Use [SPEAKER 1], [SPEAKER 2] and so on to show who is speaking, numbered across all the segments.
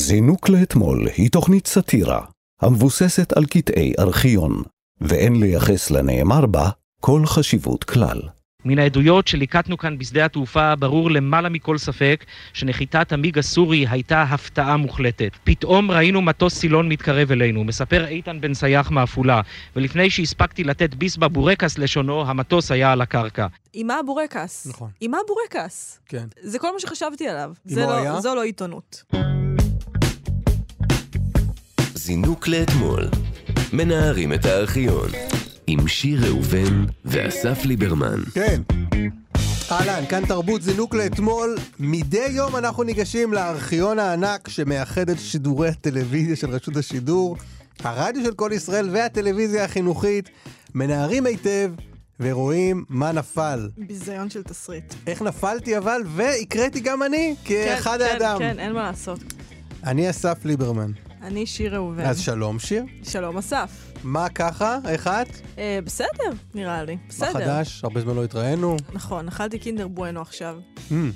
[SPEAKER 1] זינוק לאתמול היא תוכנית סאטירה המבוססת על קטעי ארכיון, ואין לייחס לנאמר בה כל חשיבות כלל.
[SPEAKER 2] מן העדויות שליקטנו כאן בשדה התעופה ברור למעלה מכל ספק שנחיתת המיג הסורי הייתה הפתעה מוחלטת. פתאום ראינו מטוס סילון מתקרב אלינו, מספר איתן בן סייח מעפולה, ולפני שהספקתי לתת ביס בבורקס לשונו, המטוס היה על הקרקע.
[SPEAKER 3] עם מה הבורקס?
[SPEAKER 4] נכון.
[SPEAKER 3] עם מה הבורקס?
[SPEAKER 4] כן.
[SPEAKER 3] זה כל מה שחשבתי עליו.
[SPEAKER 4] אם
[SPEAKER 3] זה
[SPEAKER 4] הוא
[SPEAKER 3] לא-
[SPEAKER 4] היה?
[SPEAKER 3] זו לא עיתונות.
[SPEAKER 5] זינוק לאתמול. מנערים את הארכיון. עם שיר ראובן ואסף ליברמן.
[SPEAKER 4] כן. אהלן, כאן תרבות זינוק לאתמול. מדי יום אנחנו ניגשים לארכיון הענק שמאחד את שידורי הטלוויזיה של רשות השידור, הרדיו של כל ישראל והטלוויזיה החינוכית, מנערים היטב ורואים מה נפל.
[SPEAKER 3] ביזיון של תסריט.
[SPEAKER 4] איך נפלתי אבל, והקראתי גם אני, כאחד אה, האדם.
[SPEAKER 3] כן, אין מה לעשות.
[SPEAKER 4] אני אסף ליברמן.
[SPEAKER 3] אני שיר ראובן.
[SPEAKER 4] אז שלום שיר.
[SPEAKER 3] שלום, אסף.
[SPEAKER 4] מה ככה? איך את?
[SPEAKER 3] אה, בסדר, נראה לי. בסדר.
[SPEAKER 4] מה חדש? הרבה זמן לא התראינו.
[SPEAKER 3] נכון, אכלתי קינדר בואנו עכשיו.
[SPEAKER 4] אמ,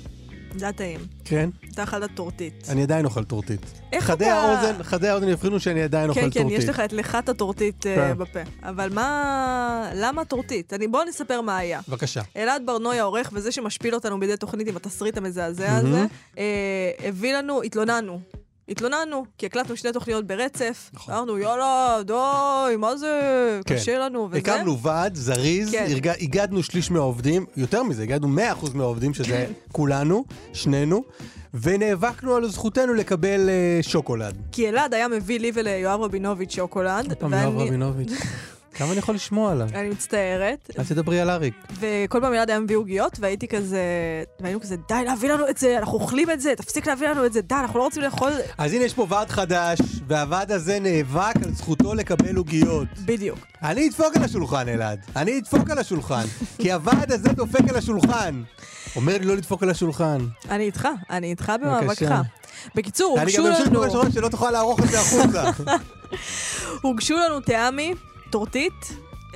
[SPEAKER 3] זה היה טעים.
[SPEAKER 4] כן.
[SPEAKER 3] אתה אכלת טורטית.
[SPEAKER 4] אני עדיין אוכל טורטית.
[SPEAKER 3] איך
[SPEAKER 4] חדי
[SPEAKER 3] אתה-
[SPEAKER 4] האוזן, חדי האוזן יבחינו שאני עדיין לא אוכל
[SPEAKER 3] כן,
[SPEAKER 4] טורטית.
[SPEAKER 3] כן, יש לך את לכת הטורטית אה,
[SPEAKER 4] כן.
[SPEAKER 3] בפה. אבל מה... למה טורטית? אני- בואו נספר מה היה.
[SPEAKER 4] בבקשה.
[SPEAKER 3] אלעד ברנוי העורך, וזה שמשפיל אותנו בידי תוכנית עם התסריט המזעזע
[SPEAKER 4] מהמם.
[SPEAKER 3] הזה, אה, הביא לנו, התלוננו. התלוננו, כי הקלטנו שתי תוכניות ברצף.
[SPEAKER 4] נכון.
[SPEAKER 3] אמרנו, יאללה, די, מה זה?
[SPEAKER 4] כן.
[SPEAKER 3] קשה לנו, וזה.
[SPEAKER 4] הקמנו ועד זריז,
[SPEAKER 3] כן.
[SPEAKER 4] הרג- איגדנו שליש מהעובדים, יותר מזה, איגדנו 100% מהעובדים, שזה
[SPEAKER 3] כן.
[SPEAKER 4] כולנו, שנינו, ונאבקנו על זכותנו לקבל אה, שוקולד.
[SPEAKER 3] כי אלעד היה מביא לי וליואב רבינוביץ' שוקולד. ואני-
[SPEAKER 4] רבינוביץ'. כמה אני יכול לשמוע עליו?
[SPEAKER 3] אני מצטערת,
[SPEAKER 4] אל תדברי על אריק.
[SPEAKER 3] וכל פעם ילד היה מביא עוגיות, והייתי כזה, והיינו כזה, די להביא לנו את זה, אנחנו אוכלים את זה, תפסיק להביא לנו את זה, די, אנחנו לא רוצים לאכול...
[SPEAKER 4] אז הנה יש פה ועד חדש, והוועד הזה נאבק על זכותו לקבל עוגיות.
[SPEAKER 3] בדיוק.
[SPEAKER 4] אני אדפוק על השולחן, אלעד. אני אדפוק על השולחן. כי הוועד הזה דופק על השולחן. אומר לי לא לדפוק על השולחן.
[SPEAKER 3] אני איתך, אני איתך במאבקך.
[SPEAKER 4] בבקשה.
[SPEAKER 3] בקיצור,
[SPEAKER 4] אני
[SPEAKER 3] הוגשו
[SPEAKER 4] גם אמשיך
[SPEAKER 3] לנו,
[SPEAKER 4] לדפוק על השולחן שלא תוכל לערוך את זה החוצה.
[SPEAKER 3] הוגשו לנו טעמי, טורטית,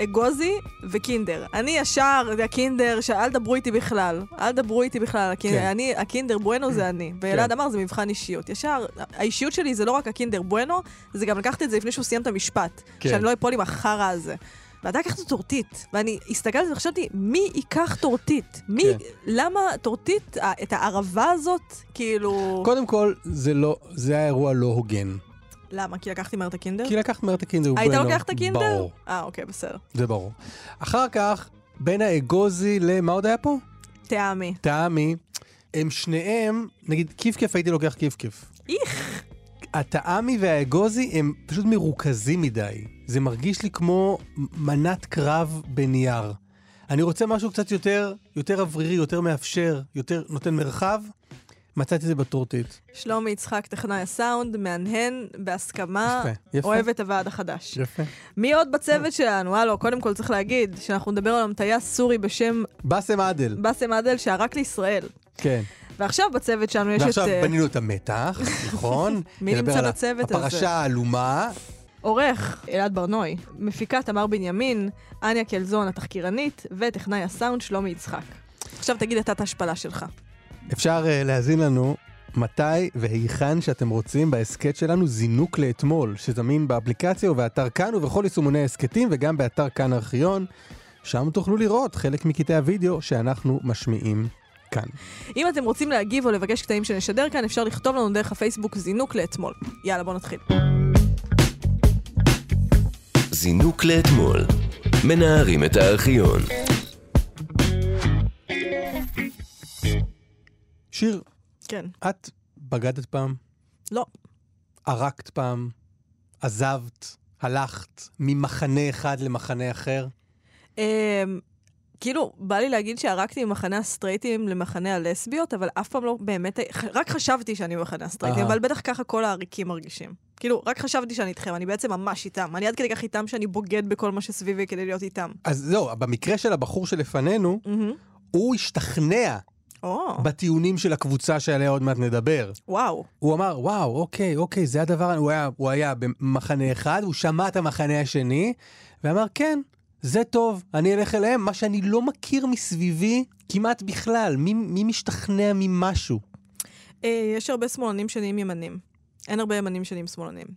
[SPEAKER 3] אגוזי וקינדר. אני ישר, זה הקינדר, ש- אל דברו איתי בכלל. אל דברו איתי בכלל, הקינדר,
[SPEAKER 4] כן.
[SPEAKER 3] אני, הקינדר בואנו זה אני. ואלעד אמר, זה מבחן אישיות. ישר, האישיות שלי זה לא רק הקינדר בואנו, זה גם לקחתי את זה לפני שהוא סיים את המשפט.
[SPEAKER 4] כן.
[SPEAKER 3] שאני לא אפול עם החרא הזה. ואתה לקחת טורטית, ואני הסתכלתי וחשבתי, מי ייקח טורטית? מי,
[SPEAKER 4] כן.
[SPEAKER 3] למה טורטית, ה- את הערבה הזאת, כאילו...
[SPEAKER 4] קודם כל, זה לא, זה היה אירוע לא הוגן.
[SPEAKER 3] למה? כי לקחתי מהר את הקינדר?
[SPEAKER 4] כי לקחת מהר את הקינדר.
[SPEAKER 3] היית
[SPEAKER 4] ובנו.
[SPEAKER 3] לוקח את הקינדר?
[SPEAKER 4] ברור,
[SPEAKER 3] אה, אוקיי, בסדר.
[SPEAKER 4] זה ברור. אחר כך, בין האגוזי למה עוד היה פה?
[SPEAKER 3] טעמי.
[SPEAKER 4] טעמי. הם שניהם, נגיד כיף-כיף הייתי לוקח כיף-כיף.
[SPEAKER 3] איך.
[SPEAKER 4] הטעמי והאגוזי הם פשוט מרוכזים מדי. זה מרגיש לי כמו מנת קרב בנייר. אני רוצה משהו קצת יותר, יותר אוורירי, יותר מאפשר, יותר נותן מרחב. מצאתי את זה בטורטית.
[SPEAKER 3] שלומי יצחק, טכנאי הסאונד, מהנהן, בהסכמה,
[SPEAKER 4] יפה, יפה.
[SPEAKER 3] אוהב את הוועד החדש.
[SPEAKER 4] יפה.
[SPEAKER 3] מי עוד בצוות שלנו? הלו, קודם כל צריך להגיד שאנחנו נדבר על טייס סורי בשם
[SPEAKER 4] באסם עדל.
[SPEAKER 3] באסם עדל שערק לישראל.
[SPEAKER 4] כן.
[SPEAKER 3] ועכשיו בצוות שלנו יש את
[SPEAKER 4] ועכשיו
[SPEAKER 3] אה,
[SPEAKER 4] בנינו את המתח, נכון?
[SPEAKER 3] מי
[SPEAKER 4] נדבר
[SPEAKER 3] נמצא
[SPEAKER 4] על
[SPEAKER 3] בצוות הזה?
[SPEAKER 4] הפרשה העלומה.
[SPEAKER 3] עורך אלעד ברנוי, מפיקה תמר בנימין, אניה קלזון התחקירנית, וטכנאי הסאונד שלומי יצחק. עכשיו תגיד את ההשפלה שלך.
[SPEAKER 4] אפשר אה, להאזין לנו מתי והיכן שאתם רוצים בהסכת שלנו זינוק לאתמול, שזמין באפליקציה ובאתר כאן ובכל יישומוני ההסכתים וגם באתר כאן ארכיון. שם תוכלו לראות חלק מקטעי הוידאו שאנחנו משמיעים כאן.
[SPEAKER 3] אם אתם רוצים להגיב או לבקש קטעים שנשדר כאן, אפשר לכתוב לנו דרך הפייסבוק זינוק לאתמול. יאללה, בוא נתחיל.
[SPEAKER 5] זינוק לאתמול. מנערים את הארכיון.
[SPEAKER 4] שיר,
[SPEAKER 3] כן.
[SPEAKER 4] את בגדת פעם?
[SPEAKER 3] לא.
[SPEAKER 4] ערקת פעם? עזבת? הלכת ממחנה אחד למחנה אחר?
[SPEAKER 3] אמ, כאילו, בא לי להגיד שערקתי ממחנה הסטרייטים למחנה הלסביות, אבל אף פעם לא באמת... ח- רק חשבתי שאני במחנה הסטרייטים,
[SPEAKER 4] אהה.
[SPEAKER 3] אבל בטח ככה כל העריקים מרגישים. כאילו, רק חשבתי שאני איתכם, אני בעצם ממש איתם. אני עד כדי כך איתם שאני בוגד בכל מה שסביבי כדי להיות איתם.
[SPEAKER 4] אז זהו, במקרה של הבחור שלפנינו,
[SPEAKER 3] מהמם.
[SPEAKER 4] הוא השתכנע
[SPEAKER 3] או,
[SPEAKER 4] בטיעונים של הקבוצה שעליה עוד מעט נדבר.
[SPEAKER 3] וואו.
[SPEAKER 4] הוא אמר, וואו, אוקיי, אוקיי, זה הדבר, הוא היה, הוא היה במחנה אחד, הוא שמע את המחנה השני, ואמר, כן, זה טוב, אני אלך אליהם, מה שאני לא מכיר מסביבי כמעט בכלל, מי, מי משתכנע ממשהו?
[SPEAKER 3] אה, יש הרבה שמאלנים שנהיים ימנים. אין הרבה ימנים שנהיים שמאלנים.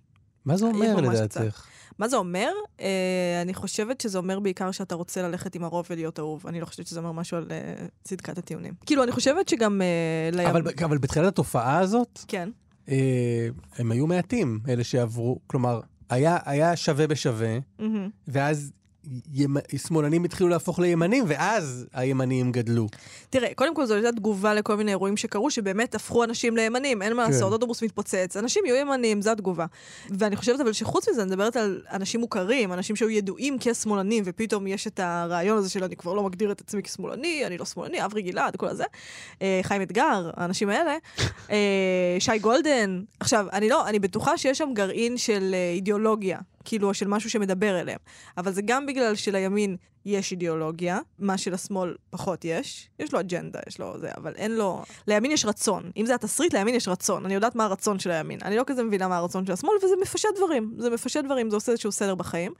[SPEAKER 4] מה זה אומר
[SPEAKER 3] היא ממש
[SPEAKER 4] לדעתך?
[SPEAKER 3] מה זה אומר? אה, אני חושבת שזה אומר בעיקר שאתה רוצה ללכת עם הרוב ולהיות אהוב. אני לא חושבת שזה אומר משהו על אה, צדקת הטיעונים. כאילו, אני חושבת שגם אה, לים...
[SPEAKER 4] אבל, אבל בתחילת התופעה הזאת,
[SPEAKER 3] כן.
[SPEAKER 4] אה, הם היו מעטים, אלה שעברו, כלומר, היה, היה שווה בשווה,
[SPEAKER 3] מהמם.
[SPEAKER 4] ואז ימ- שמאלנים התחילו להפוך לימנים, ואז הימנים גדלו.
[SPEAKER 3] תראה, קודם כל זו הייתה תגובה לכל מיני אירועים שקרו, שבאמת הפכו אנשים לימנים, אין מה
[SPEAKER 4] כן.
[SPEAKER 3] לעשות, אוטובוס מתפוצץ, אנשים יהיו ימנים, זו התגובה. ואני חושבת אבל שחוץ מזה, אני מדברת על אנשים מוכרים, אנשים שהיו ידועים כשמאלנים, ופתאום יש את הרעיון הזה של אני כבר לא מגדיר את עצמי כשמאלני, אני לא שמאלני, אברי גלעד, כל הזה. אה, חיים אתגר, האנשים האלה. אה, שי גולדן. עכשיו, אני לא, אני בטוחה שיש שם גרעין של אה, אידיאולוגיה, כאילו, של משהו שמדבר אליהם. אבל זה גם בגלל שלימין יש אידיאולוגיה, מה שלשמאל פחות יש. יש לו אג'נדה, יש לו זה, אבל אין לו... לימין יש רצון. אם זה התסריט, לימין יש רצון. אני יודעת מה הרצון של הימין. אני לא כזה מבינה מה הרצון של השמאל, וזה מפשט דברים. זה מפשט דברים, זה עושה איזשהו סדר בחיים.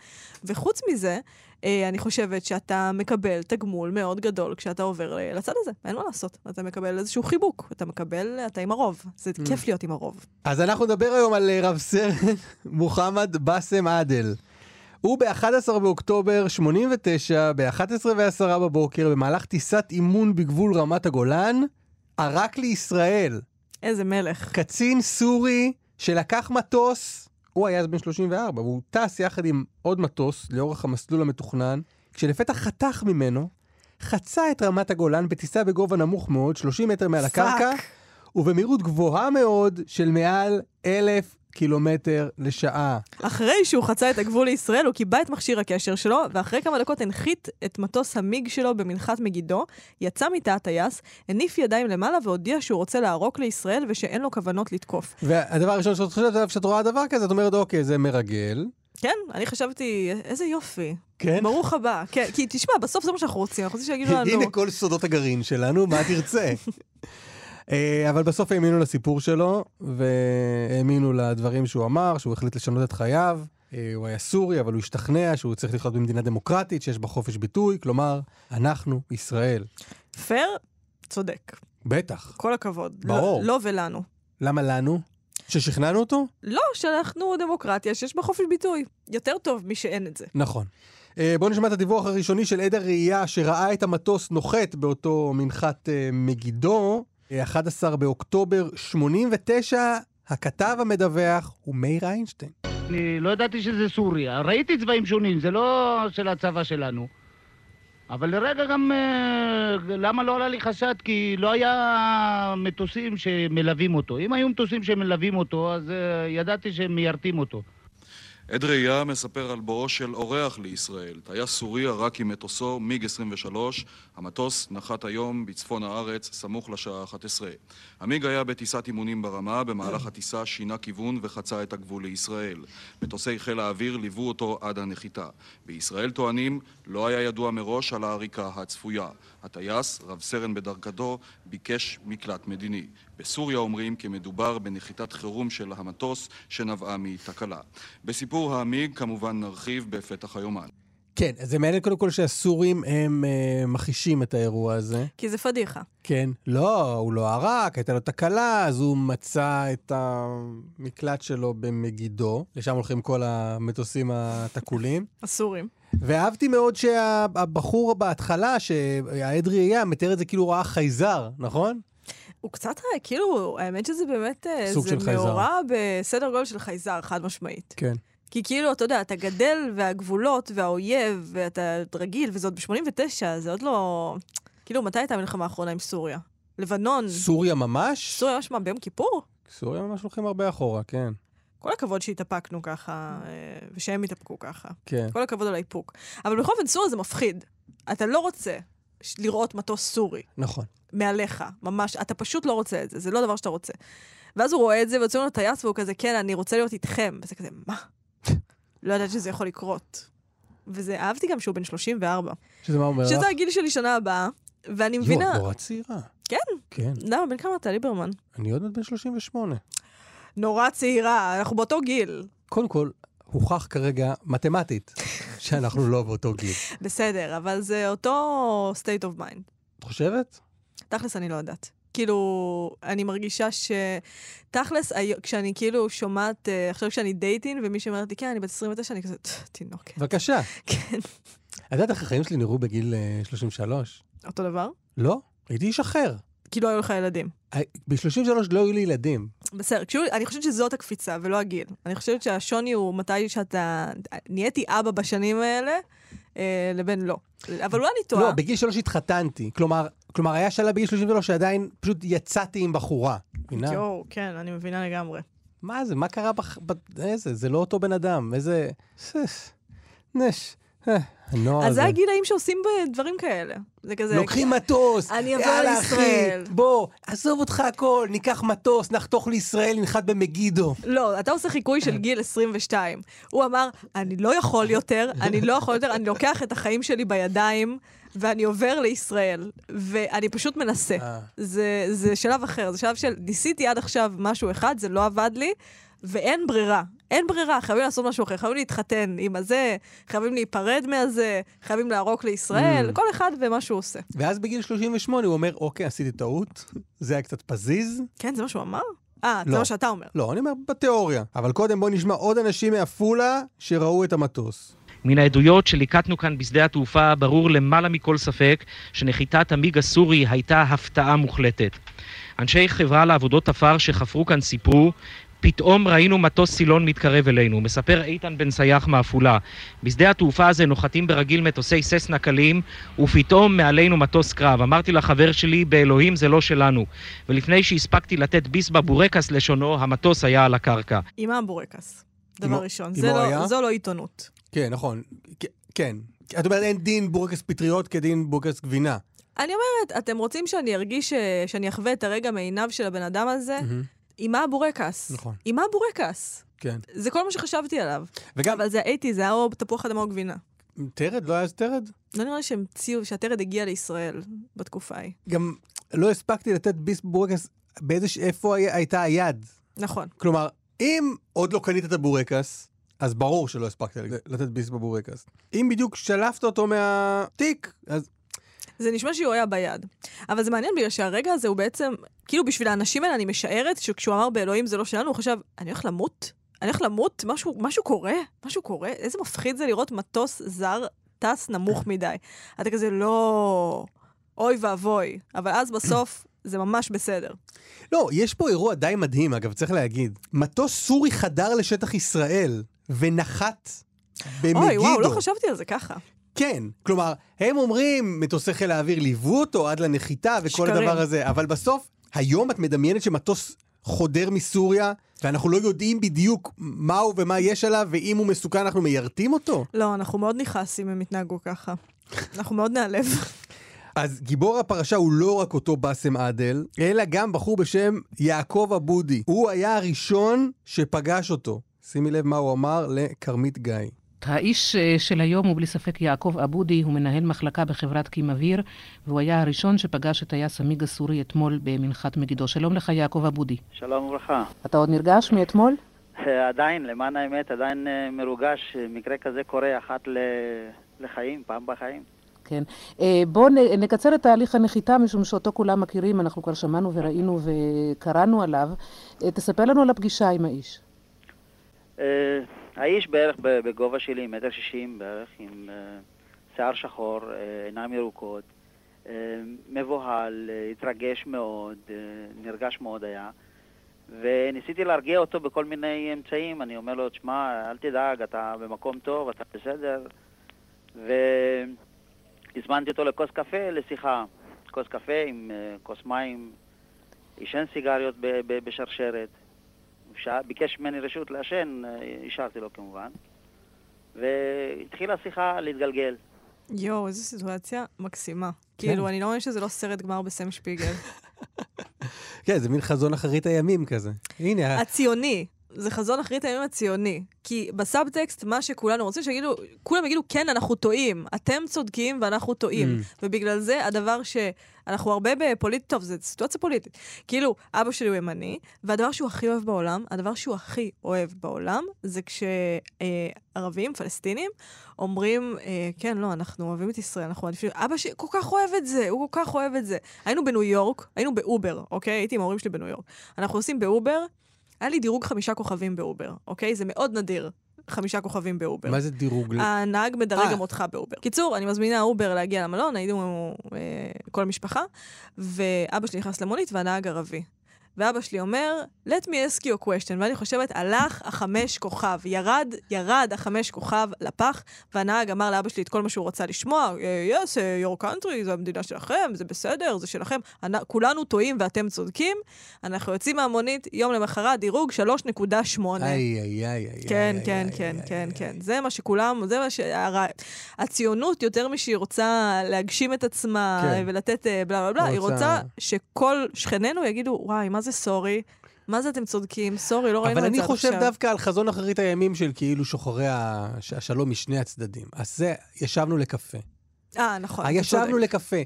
[SPEAKER 3] וחוץ מזה, אה, אני חושבת שאתה מקבל תגמול מאוד גדול כשאתה עובר אה, לצד הזה. אין מה לעשות. אתה מקבל איזשהו חיבוק. אתה מקבל, אתה עם הרוב. זה
[SPEAKER 4] Mm.
[SPEAKER 3] כיף להיות עם הרוב.
[SPEAKER 4] אז אנחנו נדבר היום על אה, רב סרן מוחמד באסם עדל. הוא ב-11 באוקטובר 89, ב-11 ו-10 בבוקר, במהלך טיסת אימון בגבול רמת הגולן, ערק לישראל.
[SPEAKER 3] איזה מלך.
[SPEAKER 4] קצין סורי שלקח מטוס, הוא היה אז בן 34, והוא טס יחד עם עוד מטוס לאורך המסלול המתוכנן, כשלפתע חתך ממנו, חצה את רמת הגולן בטיסה בגובה נמוך מאוד, 30 מטר מעל הקרקע,
[SPEAKER 3] פאק.
[SPEAKER 4] ובמהירות גבוהה מאוד של מעל אלף קילומטר לשעה.
[SPEAKER 3] אחרי שהוא חצה את הגבול לישראל, הוא קיבע את מכשיר הקשר שלו, ואחרי כמה דקות הנחית את מטוס המיג שלו במנחת מגידו, יצא מתא הטייס, הניף ידיים למעלה והודיע שהוא רוצה לערוק לישראל ושאין לו כוונות לתקוף.
[SPEAKER 4] והדבר הראשון שאת חושבת עליו, כשאת רואה דבר כזה, את אומרת, אוקיי, זה מרגל.
[SPEAKER 3] כן, אני חשבתי, איזה יופי.
[SPEAKER 4] כן?
[SPEAKER 3] ברוך הבא. כן, כי תשמע, בסוף זה מה שאנחנו רוצים, אנחנו רוצים שיגידו כאילו, לנו.
[SPEAKER 4] הנה כל סודות הגרעין שלנו, מה תרצה? אה, אבל בסוף האמינו לסיפור שלו, והאמינו לדברים שהוא אמר, שהוא החליט לשנות את חייו. אה, הוא היה סורי, אבל הוא השתכנע שהוא צריך לחיות במדינה דמוקרטית, שיש בה חופש ביטוי, כלומר, אנחנו, ישראל.
[SPEAKER 3] פייר, צודק.
[SPEAKER 4] בטח.
[SPEAKER 3] כל הכבוד.
[SPEAKER 4] ברור.
[SPEAKER 3] לא, לא ולנו.
[SPEAKER 4] למה לנו? ששכנענו אותו?
[SPEAKER 3] לא, שאנחנו דמוקרטיה שיש בה חופש ביטוי. יותר טוב משאין את זה.
[SPEAKER 4] נכון. אה, בואו נשמע את הדיווח הראשוני של עד הראייה שראה את המטוס נוחת באותו מנחת אה, מגידו. אה, 11 באוקטובר 89, הכתב המדווח הוא מאיר איינשטיין.
[SPEAKER 6] אני לא ידעתי שזה סוריה. ראיתי צבעים שונים, זה לא של הצבא שלנו. אבל לרגע גם, אה, למה לא עלה לי חשד? כי לא היה מטוסים שמלווים אותו. אם היו מטוסים שמלווים אותו, אז אה, ידעתי שהם מיירטים אותו.
[SPEAKER 7] עד ראייה מספר על בואו של אורח לישראל, טייס סורי ערק עם מטוסו מיג 23, המטוס נחת היום בצפון הארץ, סמוך לשעה 11. המיג היה בטיסת אימונים ברמה, במהלך הטיסה שינה כיוון וחצה את הגבול לישראל. מטוסי חיל האוויר ליוו אותו עד הנחיתה. בישראל טוענים, לא היה ידוע מראש על העריקה הצפויה. הטייס, רב סרן בדרגתו, ביקש מקלט מדיני. בסוריה אומרים כי מדובר בנחיתת חירום של המטוס שנבעה מתקלה. בסיפור העמיג כמובן נרחיב בפתח היומן.
[SPEAKER 4] כן, אז זה מעניין קודם כל שהסורים הם אה, מכחישים את האירוע הזה.
[SPEAKER 3] כי זה פדיחה.
[SPEAKER 4] כן. לא, הוא לא ערק, הייתה לו תקלה, אז הוא מצא את המקלט שלו במגידו, לשם הולכים כל המטוסים התקולים.
[SPEAKER 3] הסורים.
[SPEAKER 4] ואהבתי מאוד שהבחור בהתחלה, שהעד ראייה מתאר את זה כאילו הוא ראה חייזר, נכון?
[SPEAKER 3] הוא קצת, אה, כאילו, האמת שזה באמת, אה,
[SPEAKER 4] סוג
[SPEAKER 3] זה
[SPEAKER 4] של חייזר.
[SPEAKER 3] מאורע בסדר גודל של חייזר, חד משמעית.
[SPEAKER 4] כן.
[SPEAKER 3] כי כאילו, אתה יודע, אתה גדל, והגבולות, והאויב, ואתה רגיל, וזה עוד ב-89, זה עוד לא... כאילו, מתי הייתה המלחמה האחרונה עם סוריה? לבנון?
[SPEAKER 4] סוריה ממש?
[SPEAKER 3] סוריה ממש מה, ביום כיפור?
[SPEAKER 4] סוריה ממש הולכים הרבה אחורה, כן.
[SPEAKER 3] כל הכבוד שהתאפקנו ככה, אה, ושהם התאפקו ככה.
[SPEAKER 4] כן.
[SPEAKER 3] כל הכבוד על האיפוק. אבל בכל אופן, סוריה זה מפחיד. אתה לא רוצה ש- לראות מטוס סורי.
[SPEAKER 4] נכון.
[SPEAKER 3] מעליך, ממש, אתה פשוט לא רוצה את זה, זה לא דבר שאתה רוצה. ואז הוא רואה את זה, ויוצאים לו טייס, והוא כזה, כן, אני רוצה להיות איתכם. וזה כזה, מה? לא ידעתי שזה יכול לקרות. וזה, אהבתי גם שהוא בן 34.
[SPEAKER 4] שזה מה אומר לך?
[SPEAKER 3] שזה הגיל שלי שנה הבאה, ואני
[SPEAKER 4] אה. יואו,
[SPEAKER 3] מבינה...
[SPEAKER 4] את נורא צעירה.
[SPEAKER 3] כן.
[SPEAKER 4] כן.
[SPEAKER 3] למה, בן כמה אתה, ליברמן?
[SPEAKER 4] אני עוד מעט בן 38.
[SPEAKER 3] נורא צעירה, אנחנו באותו גיל.
[SPEAKER 4] קודם כל, הוכח כרגע מתמטית שאנחנו לא באותו גיל.
[SPEAKER 3] בסדר, אבל זה אותו state of mind.
[SPEAKER 4] את חושבת?
[SPEAKER 3] תכלס, אני לא יודעת. כאילו, אני מרגישה ש... תכלס, היו- כשאני כאילו שומעת, אה, עכשיו כשאני דייטין, ומישהי אומרת לי, כן, אני בת 29, אני כזה, תינוקת.
[SPEAKER 4] בבקשה.
[SPEAKER 3] כן.
[SPEAKER 4] את יודעת איך החיים שלי נראו בגיל אה, 33?
[SPEAKER 3] אותו דבר?
[SPEAKER 4] לא, הייתי איש אחר.
[SPEAKER 3] כאילו היו לך ילדים.
[SPEAKER 4] ב-33 לא היו לי ילדים.
[SPEAKER 3] בסדר, כשהוא, אני חושבת שזאת הקפיצה ולא הגיל. אני חושבת שהשוני הוא מתי שאתה... נהייתי אבא בשנים האלה, אה, לבין לא. אבל אולי אני טועה.
[SPEAKER 4] לא, בגיל 3 התחתנתי. כלומר, כלומר, היה שלב בגיל 33 שעדיין פשוט יצאתי עם בחורה. מבינה?
[SPEAKER 3] יואו, כן, אני מבינה לגמרי.
[SPEAKER 4] מה זה? מה קרה בח... ב... איזה? זה לא אותו בן אדם. איזה... סס. נש. אה, הנוער
[SPEAKER 3] אז
[SPEAKER 4] הזה.
[SPEAKER 3] זה הגילאים שעושים בדברים כאלה. זה כזה...
[SPEAKER 4] לוקחים מטוס,
[SPEAKER 3] אני אעבור
[SPEAKER 4] יאללה,
[SPEAKER 3] לישראל.
[SPEAKER 4] אחי, בוא, עזוב אותך הכל, ניקח מטוס, נחתוך לישראל, ננחת במגידו.
[SPEAKER 3] לא, אתה עושה חיקוי של גיל 22. הוא אמר, אני לא יכול יותר, אני לא יכול יותר, אני לוקח את החיים שלי בידיים, ואני עובר לישראל, ואני פשוט מנסה.
[SPEAKER 4] אה.
[SPEAKER 3] זה, זה שלב אחר, זה שלב של ניסיתי עד עכשיו משהו אחד, זה לא עבד לי, ואין ברירה. אין ברירה, חייבים לעשות משהו אחר, חייבים להתחתן עם הזה, חייבים להיפרד מהזה, חייבים לערוק
[SPEAKER 4] Mm.
[SPEAKER 3] לישראל, כל אחד ומה שהוא עושה.
[SPEAKER 4] ואז בגיל 38 הוא אומר, אוקיי, עשיתי טעות, זה היה קצת פזיז.
[SPEAKER 3] כן, זה מה שהוא אמר? אה,
[SPEAKER 4] לא.
[SPEAKER 3] זה מה שאתה אומר.
[SPEAKER 4] לא, אני אומר, בתיאוריה. אבל קודם בוא נשמע עוד אנשים מעפולה שראו את המטוס.
[SPEAKER 2] מן העדויות שליקטנו כאן בשדה התעופה ברור למעלה מכל ספק שנחיתת המיג הסורי הייתה הפתעה מוחלטת. אנשי חברה לעבודות עפר שחפרו כאן סיפרו פתאום ראינו מטוס סילון מתקרב אלינו, מספר איתן בן סייח מעפולה. בשדה התעופה הזה נוחתים ברגיל מטוסי ססנה קלים, ופתאום מעלינו מטוס קרב. אמרתי לחבר שלי, באלוהים זה לא שלנו. ולפני שהספקתי לתת ביס בבורקס לשונו, המטוס היה על הקרקע.
[SPEAKER 3] עם הבורקס.
[SPEAKER 4] עם ה-
[SPEAKER 3] דבר ראשון,
[SPEAKER 4] עם
[SPEAKER 3] זה לא-
[SPEAKER 4] האויה?
[SPEAKER 3] זו לא עיתונות.
[SPEAKER 4] כן, נכון. כ- כן. את אומרת, אין דין בורקס פטריות כדין בורקס גבינה.
[SPEAKER 3] אני אומרת, אתם רוצים שאני ארגיש, ש... שאני אחווה את הרגע מעיניו של הבן אדם הזה?
[SPEAKER 4] מהמם.
[SPEAKER 3] עם מה הבורקס?
[SPEAKER 4] נכון.
[SPEAKER 3] עם מה הבורקס?
[SPEAKER 4] כן.
[SPEAKER 3] זה כל מה שחשבתי עליו.
[SPEAKER 4] וגם,
[SPEAKER 3] אבל זה הייתי, זה היה או תפוח אדמה או גבינה.
[SPEAKER 4] טרד? לא היה אז טרד?
[SPEAKER 3] לא נראה לי שהמציאו, שהטרד הגיע לישראל בתקופה ההיא.
[SPEAKER 4] גם לא הספקתי לתת ביס בורקס באיזה, ש- איפה היה- הייתה היד.
[SPEAKER 3] נכון.
[SPEAKER 4] כלומר, אם עוד לא קנית את הבורקס, אז ברור שלא הספקת לתת ביס בבורקס. אם בדיוק שלפת אותו מהתיק, אז...
[SPEAKER 3] זה נשמע שהוא היה ביד. אבל זה מעניין בגלל שהרגע הזה הוא בעצם, כאילו בשביל האנשים האלה אני משערת שכשהוא אמר באלוהים זה לא שלנו, הוא חשב, אני הולך למות? אני הולך למות? משהו, משהו קורה? משהו קורה? איזה מפחיד זה לראות מטוס זר טס נמוך מדי. אתה כזה, לא... אוי ואבוי. אבל אז בסוף זה ממש בסדר.
[SPEAKER 4] לא, יש פה אירוע די מדהים, אגב, צריך להגיד. מטוס סורי חדר לשטח ישראל ונחת במגידו.
[SPEAKER 3] אוי, וואו, לא חשבתי על זה ככה.
[SPEAKER 4] כן, כלומר, הם אומרים, מטוסי חיל האוויר ליוו אותו עד לנחיתה וכל
[SPEAKER 3] שקרים.
[SPEAKER 4] הדבר הזה, אבל בסוף, היום את מדמיינת שמטוס חודר מסוריה, ואנחנו לא יודעים בדיוק מהו ומה יש עליו, ואם הוא מסוכן אנחנו מיירטים אותו?
[SPEAKER 3] לא, אנחנו מאוד נכעסים אם הם יתנהגו ככה. אנחנו מאוד נעלב.
[SPEAKER 4] אז גיבור הפרשה הוא לא רק אותו באסם עדל, אלא גם בחור בשם יעקב עבודי. הוא היה הראשון שפגש אותו. שימי לב מה הוא אמר לכרמית גיא.
[SPEAKER 8] האיש אה, של היום הוא בלי ספק יעקב עבודי, הוא מנהל מחלקה בחברת קימאוויר, והוא היה הראשון שפגש את טייס המיג הסורי אתמול במנחת מגידו. שלום לך, יעקב עבודי.
[SPEAKER 9] שלום וברכה.
[SPEAKER 8] אתה עוד נרגש מאתמול?
[SPEAKER 9] אה, עדיין, למען האמת, עדיין אה, מרוגש, אה, מקרה כזה קורה אחת ל- לחיים, פעם בחיים.
[SPEAKER 8] כן. אה, בואו נ- נקצר את תהליך הנחיתה, משום שאותו כולם מכירים, אנחנו כבר שמענו וראינו וקראנו עליו. אה, תספר לנו על הפגישה עם האיש.
[SPEAKER 9] אה, האיש בערך ב- בגובה שלי, מטר שישים בערך, עם אה, שיער שחור, אה, עיניים ירוקות, אה, מבוהל, אה, התרגש מאוד, אה, נרגש מאוד היה. וניסיתי להרגיע אותו בכל מיני אמצעים, אני אומר לו, תשמע, אל תדאג, אתה במקום טוב, אתה בסדר. והזמנתי אותו לכוס קפה, לשיחה. כוס קפה עם אה, כוס מים, עישן סיגריות ב- ב- בשרשרת. שע- ביקש ממני רשות לעשן, אה, השארתי לו כמובן. והתחילה השיחה להתגלגל.
[SPEAKER 3] יואו, איזו סיטואציה מקסימה. כאילו, אני לא מאמינה שזה לא סרט גמר בסם שפיגל.
[SPEAKER 4] כן, זה מין חזון אחרית הימים כזה. הנה,
[SPEAKER 3] הציוני. זה חזון אחרית הימים הציוני. כי בסאבטקסט, מה שכולנו רוצים, שיגידו, כולם יגידו, כן, אנחנו טועים, אתם צודקים ואנחנו
[SPEAKER 4] Mm.
[SPEAKER 3] טועים. ובגלל זה הדבר שאנחנו הרבה בפוליט... טוב, זו סיטואציה פוליטית. כאילו, אבא שלי הוא ימני, והדבר שהוא הכי אוהב בעולם, הדבר שהוא הכי אוהב בעולם, זה כשערבים, פלסטינים, אומרים, אה, כן, לא, אנחנו אוהבים את ישראל, אנחנו מעדיפים... אבא שלי כל כך אוהב את זה, הוא כל כך אוהב את זה. היינו בניו יורק, היינו באובר, אוקיי? הייתי עם ההורים שלי בניו יורק. אנחנו נוסעים באובר, היה לי דירוג חמישה כוכבים באובר, אוקיי? זה מאוד נדיר, חמישה כוכבים באובר.
[SPEAKER 4] מה זה דירוג?
[SPEAKER 3] הנהג מדרג
[SPEAKER 4] אה.
[SPEAKER 3] גם אותך באובר. קיצור, אני מזמינה אובר להגיע למלון, היינו אה, כל המשפחה, ואבא שלי נכנס למונית והנהג ערבי. ואבא שלי אומר, let me ask you a question, ואני חושבת, הלך החמש כוכב, ירד, ירד החמש כוכב לפח, והנהג אמר לאבא שלי את כל מה שהוא רצה לשמוע, "אה, yes, אה, your country, זו המדינה שלכם, זה בסדר, זה שלכם, אנ- כולנו טועים ואתם צודקים, אנחנו יוצאים מהמונית, יום למחרת, דירוג 3.8.
[SPEAKER 4] איי, איי, איי, איי.
[SPEAKER 3] כן,
[SPEAKER 4] איי,
[SPEAKER 3] כן,
[SPEAKER 4] איי,
[SPEAKER 3] כן,
[SPEAKER 4] איי,
[SPEAKER 3] כן,
[SPEAKER 4] איי,
[SPEAKER 3] כן.
[SPEAKER 4] איי.
[SPEAKER 3] זה מה שכולם, זה מה ש... הר- הציונות, יותר משהיא רוצה להגשים את עצמה
[SPEAKER 4] כן.
[SPEAKER 3] ולתת אה, בלה בלה בלה, היא
[SPEAKER 4] רוצה-
[SPEAKER 3] רוצה שכל שכנינו יגידו, וואי, מה זה סורי? מה זה אתם צודקים? סורי, לא ראינו
[SPEAKER 4] אבל
[SPEAKER 3] את זה
[SPEAKER 4] אני
[SPEAKER 3] עד
[SPEAKER 4] חושב
[SPEAKER 3] עכשיו.
[SPEAKER 4] דווקא על חזון אחרית הימים של כאילו שוחרי ה- ש- השלום משני הצדדים. אז זה, ישבנו לקפה.
[SPEAKER 3] אה, נכון. אתה צודק.
[SPEAKER 4] ישבנו לקפה.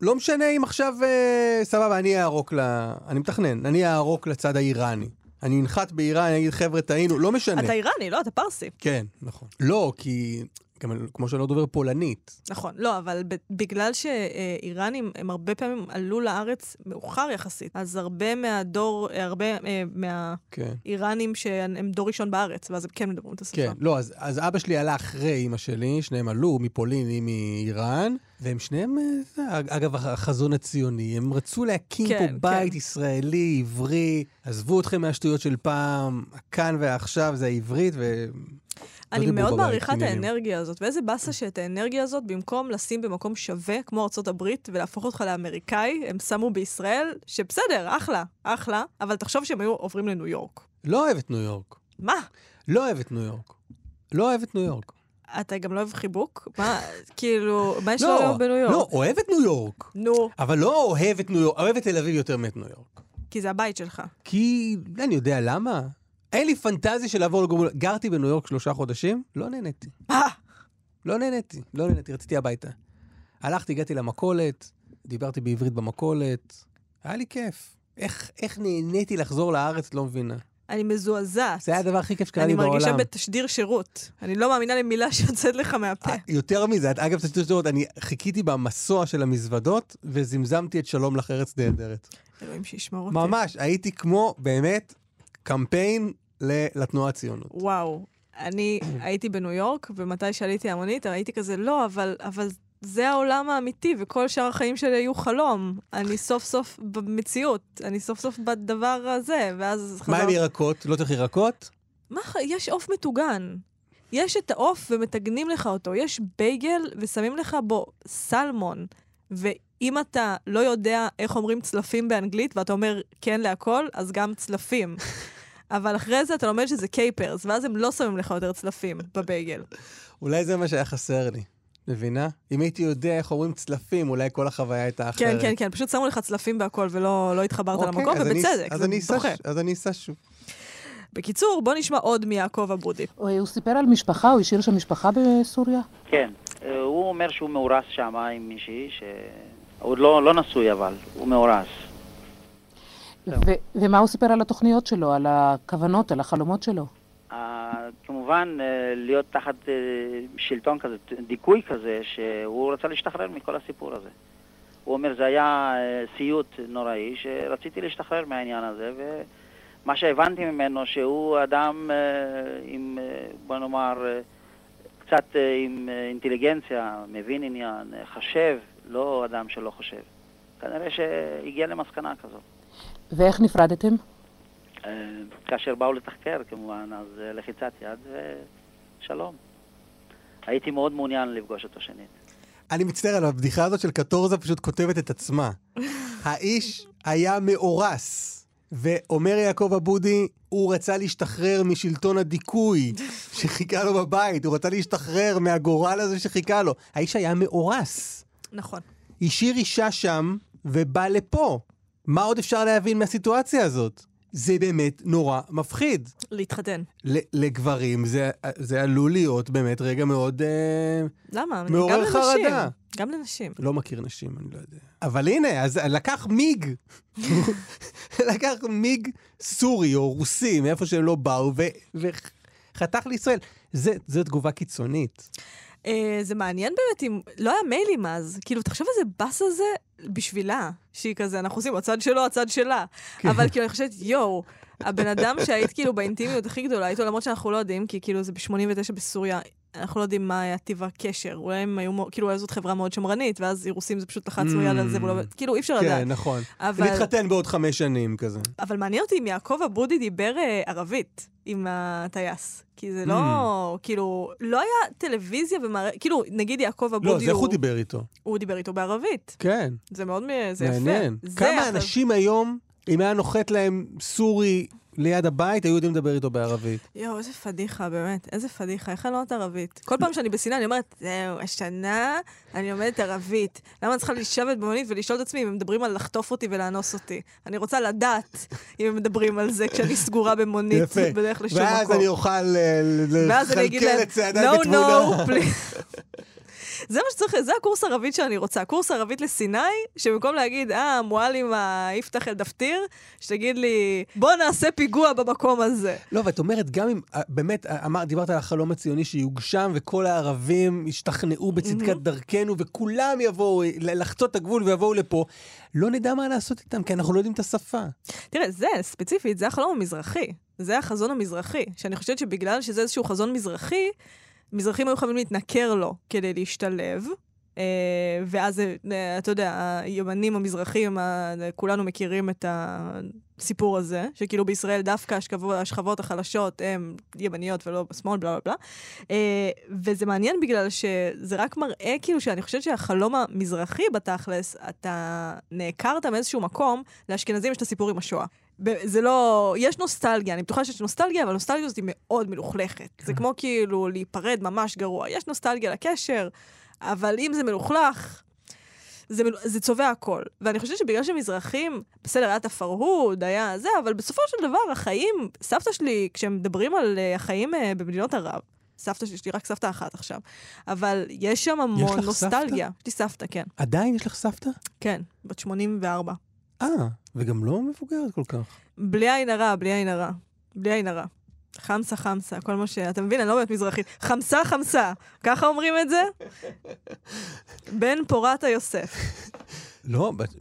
[SPEAKER 4] לא משנה אם עכשיו, אה, סבבה, אני אערוק ל... אני מתכנן, אני אערוק לצד האיראני. אני אנחת באיראן, אני אגיד, חבר'ה, טעינו, לא משנה.
[SPEAKER 3] אתה איראני, לא? אתה פרסי.
[SPEAKER 4] כן, נכון. לא, כי... גם כמו שאני לא דובר פולנית.
[SPEAKER 3] נכון. לא, אבל ב- בגלל שאיראנים, הם הרבה פעמים עלו לארץ מאוחר יחסית, אז הרבה מהדור, הרבה אה,
[SPEAKER 4] כן.
[SPEAKER 3] מהאיראנים שהם דור ראשון בארץ, ואז הם כן מדברים את השפה.
[SPEAKER 4] כן, לא, אז, אז אבא שלי עלה אחרי אימא שלי, שניהם עלו מפולין, היא מאיראן, והם שניהם, אה, זה, אגב, הח- החזון הציוני, הם רצו להקים
[SPEAKER 3] כן,
[SPEAKER 4] פה
[SPEAKER 3] כן.
[SPEAKER 4] בית ישראלי, עברי, עזבו אתכם מהשטויות של פעם, הכאן והעכשיו זה העברית, ו... לא
[SPEAKER 3] אני
[SPEAKER 4] דיברו
[SPEAKER 3] מאוד
[SPEAKER 4] בבית,
[SPEAKER 3] מעריכה את
[SPEAKER 4] עניינים.
[SPEAKER 3] האנרגיה הזאת, ואיזה באסה שאת האנרגיה הזאת, במקום לשים במקום שווה, כמו ארצות הברית, ולהפוך אותך לאמריקאי, הם שמו בישראל, שבסדר, אחלה, אחלה, אבל תחשוב שהם היו עוברים לניו יורק.
[SPEAKER 4] לא אוהב את ניו יורק.
[SPEAKER 3] מה?
[SPEAKER 4] לא אוהב את ניו יורק. לא אוהב את ניו יורק.
[SPEAKER 3] אתה גם לא אוהב חיבוק? מה, כאילו, מה יש
[SPEAKER 4] לא,
[SPEAKER 3] לו היום בניו יורק?
[SPEAKER 4] לא, אוהב את ניו יורק.
[SPEAKER 3] נו,
[SPEAKER 4] אבל לא אוהב את ניו יורק, אוהב את תל אביב יותר מאת ניו יורק.
[SPEAKER 3] כי זה הבית שלך.
[SPEAKER 4] כי אני יודע למה. אין לי פנטזיה של לעבור לגור... גרתי בניו יורק שלושה חודשים, לא נהניתי.
[SPEAKER 3] מה?
[SPEAKER 4] לא נהניתי, לא נהניתי, רציתי הביתה. הלכתי, הגעתי למכולת, דיברתי בעברית במכולת, היה לי כיף. איך, איך נהניתי לחזור לארץ, לא מבינה.
[SPEAKER 3] אני מזועזעת.
[SPEAKER 4] זה היה הדבר הכי כיף שקרה
[SPEAKER 3] אני
[SPEAKER 4] לי
[SPEAKER 3] מרגישה
[SPEAKER 4] בעולם.
[SPEAKER 3] בתשדיר שירות. אני לא מאמינה למילה שיוצאת לך מהפה.
[SPEAKER 4] אה, יותר מזה, את- אגב, תשתיות שדרות, אני חיכיתי במסוע של המזוודות וזמזמתי את שלום לך ארץ נהדרת.
[SPEAKER 3] אלוהים שישמור אותי.
[SPEAKER 4] ממש, הייתי כמו, באמת, קמפיין ל- לתנועה הציונות.
[SPEAKER 3] וואו, אני הייתי בניו יורק, ומתי שעליתי המונית, הייתי כזה, לא, אבל, אבל זה העולם האמיתי, וכל שאר החיים שלי היו חלום. אני סוף סוף במציאות, אני סוף סוף בדבר הזה, ואז
[SPEAKER 4] מה עם
[SPEAKER 3] חזרתי.
[SPEAKER 4] ירקות? לא צריך ירקות?
[SPEAKER 3] מה, ח- יש עוף מטוגן. יש את העוף ומתגנים לך אותו, יש בייגל ושמים לך בו סלמון. ואם אתה לא יודע איך אומרים צלפים באנגלית, ואתה אומר כן להכל, אז גם צלפים. אבל אחרי זה אתה לומד שזה קייפרס, ואז הם לא שמים לך יותר צלפים בבייגל.
[SPEAKER 4] אולי זה מה שהיה חסר לי. מבינה? אם הייתי יודע איך אומרים צלפים, אולי כל החוויה הייתה אחרת.
[SPEAKER 3] כן, כן, כן, פשוט שמו לך צלפים והכל, ולא לא התחברת
[SPEAKER 4] אוקיי,
[SPEAKER 3] למקום,
[SPEAKER 4] אז אני-
[SPEAKER 3] ובצדק,
[SPEAKER 4] אז
[SPEAKER 3] זה
[SPEAKER 4] אני אסע
[SPEAKER 3] דוחה.
[SPEAKER 4] ש- אז אני אסע שוב.
[SPEAKER 3] בקיצור, בוא נשמע עוד מיעקב אבודי.
[SPEAKER 8] אה, הוא סיפר על משפחה, הוא השאיר שם משפחה בסוריה?
[SPEAKER 9] כן, אה, הוא אומר שהוא מאורס שם עם מישהי, שעוד לא, לא נשוי אבל, הוא מאורס.
[SPEAKER 8] כן. ו- ומה הוא סיפר על התוכניות שלו, על הכוונות, על החלומות שלו?
[SPEAKER 9] אה, כמובן, אה, להיות תחת אה, שלטון כזה, דיכוי כזה, שהוא רצה להשתחרר מכל הסיפור הזה. הוא אומר, זה היה אה, סיוט נוראי, שרציתי להשתחרר מהעניין הזה, ומה שהבנתי ממנו, שהוא אדם אה, עם, אה, בוא נאמר, אה, קצת אה, עם אה, אינטליגנציה, מבין עניין, אה, חשב, לא אדם שלא חושב. כנראה שהגיע למסקנה כזאת.
[SPEAKER 8] ואיך נפרדתם?
[SPEAKER 9] אה, כאשר באו לתחקר כמובן, אז אה, לחיצת יד ושלום. הייתי מאוד מעוניין לפגוש אותו שנית.
[SPEAKER 4] אני מצטער, אבל הבדיחה הזאת של קטורזה פשוט כותבת את עצמה. האיש היה מאורס, ואומר יעקב אבודי, הוא רצה להשתחרר משלטון הדיכוי שחיכה לו בבית, הוא רצה להשתחרר מהגורל הזה שחיכה לו. האיש היה מאורס.
[SPEAKER 3] נכון.
[SPEAKER 4] השאיר אישה שם ובא לפה. מה עוד אפשר להבין מהסיטואציה הזאת? זה באמת נורא מפחיד.
[SPEAKER 3] להתחתן.
[SPEAKER 4] ל- לגברים זה, זה עלול להיות באמת רגע מאוד... אה,
[SPEAKER 3] למה?
[SPEAKER 4] מעורר
[SPEAKER 3] גם לנשים.
[SPEAKER 4] חרדה.
[SPEAKER 3] גם לנשים.
[SPEAKER 4] לא מכיר נשים, אני לא יודע. אבל הנה, אז לקח מיג. לקח מיג סורי או רוסי, מאיפה שהם לא באו, ו- וחתך לישראל. זה, זו תגובה קיצונית.
[SPEAKER 3] אה, זה מעניין באמת אם... לא היה מיילים אז. כאילו, תחשוב איזה באס הזה בשבילה, שהיא כזה, אנחנו עושים הצד שלו, הצד שלה. אבל כאילו, אני חושבת, יואו, הבן אדם שהיית כאילו באינטימיות הכי גדולה איתו, למרות שאנחנו לא יודעים, כי כאילו זה ב-89 בסוריה. אנחנו לא יודעים מה היה טיב הקשר, אולי הם היו, מ- כאילו, אולי זאת חברה מאוד שמרנית, ואז אירוסים זה פשוט לחצנו יד על זה, ולא, כאילו, אי אפשר לדעת.
[SPEAKER 4] כן, נכון.
[SPEAKER 3] אבל-
[SPEAKER 4] להתחתן בעוד חמש שנים כזה.
[SPEAKER 3] אבל מעניין אותי אם יעקב אבודי דיבר אה, ערבית עם הטייס. כי זה לא,
[SPEAKER 4] Hmm.
[SPEAKER 3] כאילו, לא היה טלוויזיה ומערכת, כאילו, נגיד יעקב אבודי,
[SPEAKER 4] לא, זה איך הוא דיבר איתו.
[SPEAKER 3] הוא דיבר איתו בערבית.
[SPEAKER 4] כן,
[SPEAKER 3] זה מאוד, מ- זה יפה.
[SPEAKER 4] מעניין.
[SPEAKER 3] זה
[SPEAKER 4] כמה
[SPEAKER 3] אחר-
[SPEAKER 4] אנשים היום, אם היה נוחת להם סורי ליד הבית, היו יודעים לדבר איתו בערבית.
[SPEAKER 3] יואו, איזה פדיחה, באמת, איזה פדיחה, איך אני לא יודעת ערבית? כל פעם שאני בסיני, אני אומרת, זהו, השנה אני לומדת ערבית. למה אני צריכה לשבת במונית ולשאול את עצמי אם הם מדברים על לחטוף אותי ולאנוס אותי? אני רוצה לדעת אם הם מדברים על זה כשאני סגורה במונית
[SPEAKER 4] יפה.
[SPEAKER 3] בדרך לשום מקום.
[SPEAKER 4] ואז אני אוכל אה, ל-
[SPEAKER 3] ואז אני אגיד להם,
[SPEAKER 4] לכלכל את צעדיי
[SPEAKER 3] no,
[SPEAKER 4] בתבונה.
[SPEAKER 3] no, please. זה מה שצריך, זה הקורס ערבית שאני רוצה, קורס ערבית לסיני, שבמקום להגיד, אה, מועלים יפתח אל דפתיר, שתגיד לי, בוא נעשה פיגוע במקום הזה.
[SPEAKER 4] לא, ואת אומרת, גם אם, אה, באמת, אה, אמר, דיברת על החלום הציוני שיוגשם, וכל הערבים ישתכנעו
[SPEAKER 3] Mm-hmm.
[SPEAKER 4] בצדקת דרכנו, וכולם יבואו אה, ל- לחצות את הגבול ויבואו לפה, לא נדע מה לעשות איתם, כי אנחנו לא יודעים את השפה.
[SPEAKER 3] תראה, זה, ספציפית, זה החלום המזרחי. זה החזון המזרחי, שאני חושבת שבגלל שזה איזשהו חזון מזרחי, מזרחים היו חייבים להתנכר לו כדי להשתלב. אה, ואז, אה, אתה יודע, הימנים המזרחים, ה- כולנו מכירים את הסיפור הזה, שכאילו בישראל דווקא השכבו- השכבות החלשות הן ימניות ולא בשמאל, בלה בלה בלה. אה, וזה מעניין בגלל שזה רק מראה כאילו שאני חושבת שהחלום המזרחי בתכלס, אתה נעקרת מאיזשהו מקום, לאשכנזים יש את הסיפור עם השואה. ב- זה לא, יש נוסטלגיה, אני בטוחה שיש נוסטלגיה, אבל הנוסטלגיה הזאת היא מאוד מלוכלכת. זה כמו כאילו להיפרד ממש גרוע. יש נוסטלגיה לקשר, אבל אם זה מלוכלך, זה, מל- זה צובע הכל. ואני חושבת שבגלל שמזרחים, בסדר, היה את הפרהוד, היה זה, אבל בסופו של דבר, החיים, סבתא שלי, כשמדברים על אה, החיים אה, במדינות ערב, סבתא שלי, יש לי רק סבתא אחת עכשיו, אבל יש שם
[SPEAKER 4] יש
[SPEAKER 3] המון
[SPEAKER 4] לך
[SPEAKER 3] נוסטלגיה. יש לי סבתא, כן.
[SPEAKER 4] עדיין יש לך סבתא?
[SPEAKER 3] כן, בת 84.
[SPEAKER 4] אה, וגם לא מבוגרת כל כך.
[SPEAKER 3] בלי עין הרע, בלי עין הרע. בלי עין הרע. חמסה חמסה, כל מה ש... אתה מבין, אני לא באמת מזרחית. חמסה חמסה, ככה אומרים את זה? בן פורטה יוסף.
[SPEAKER 4] לא, בת-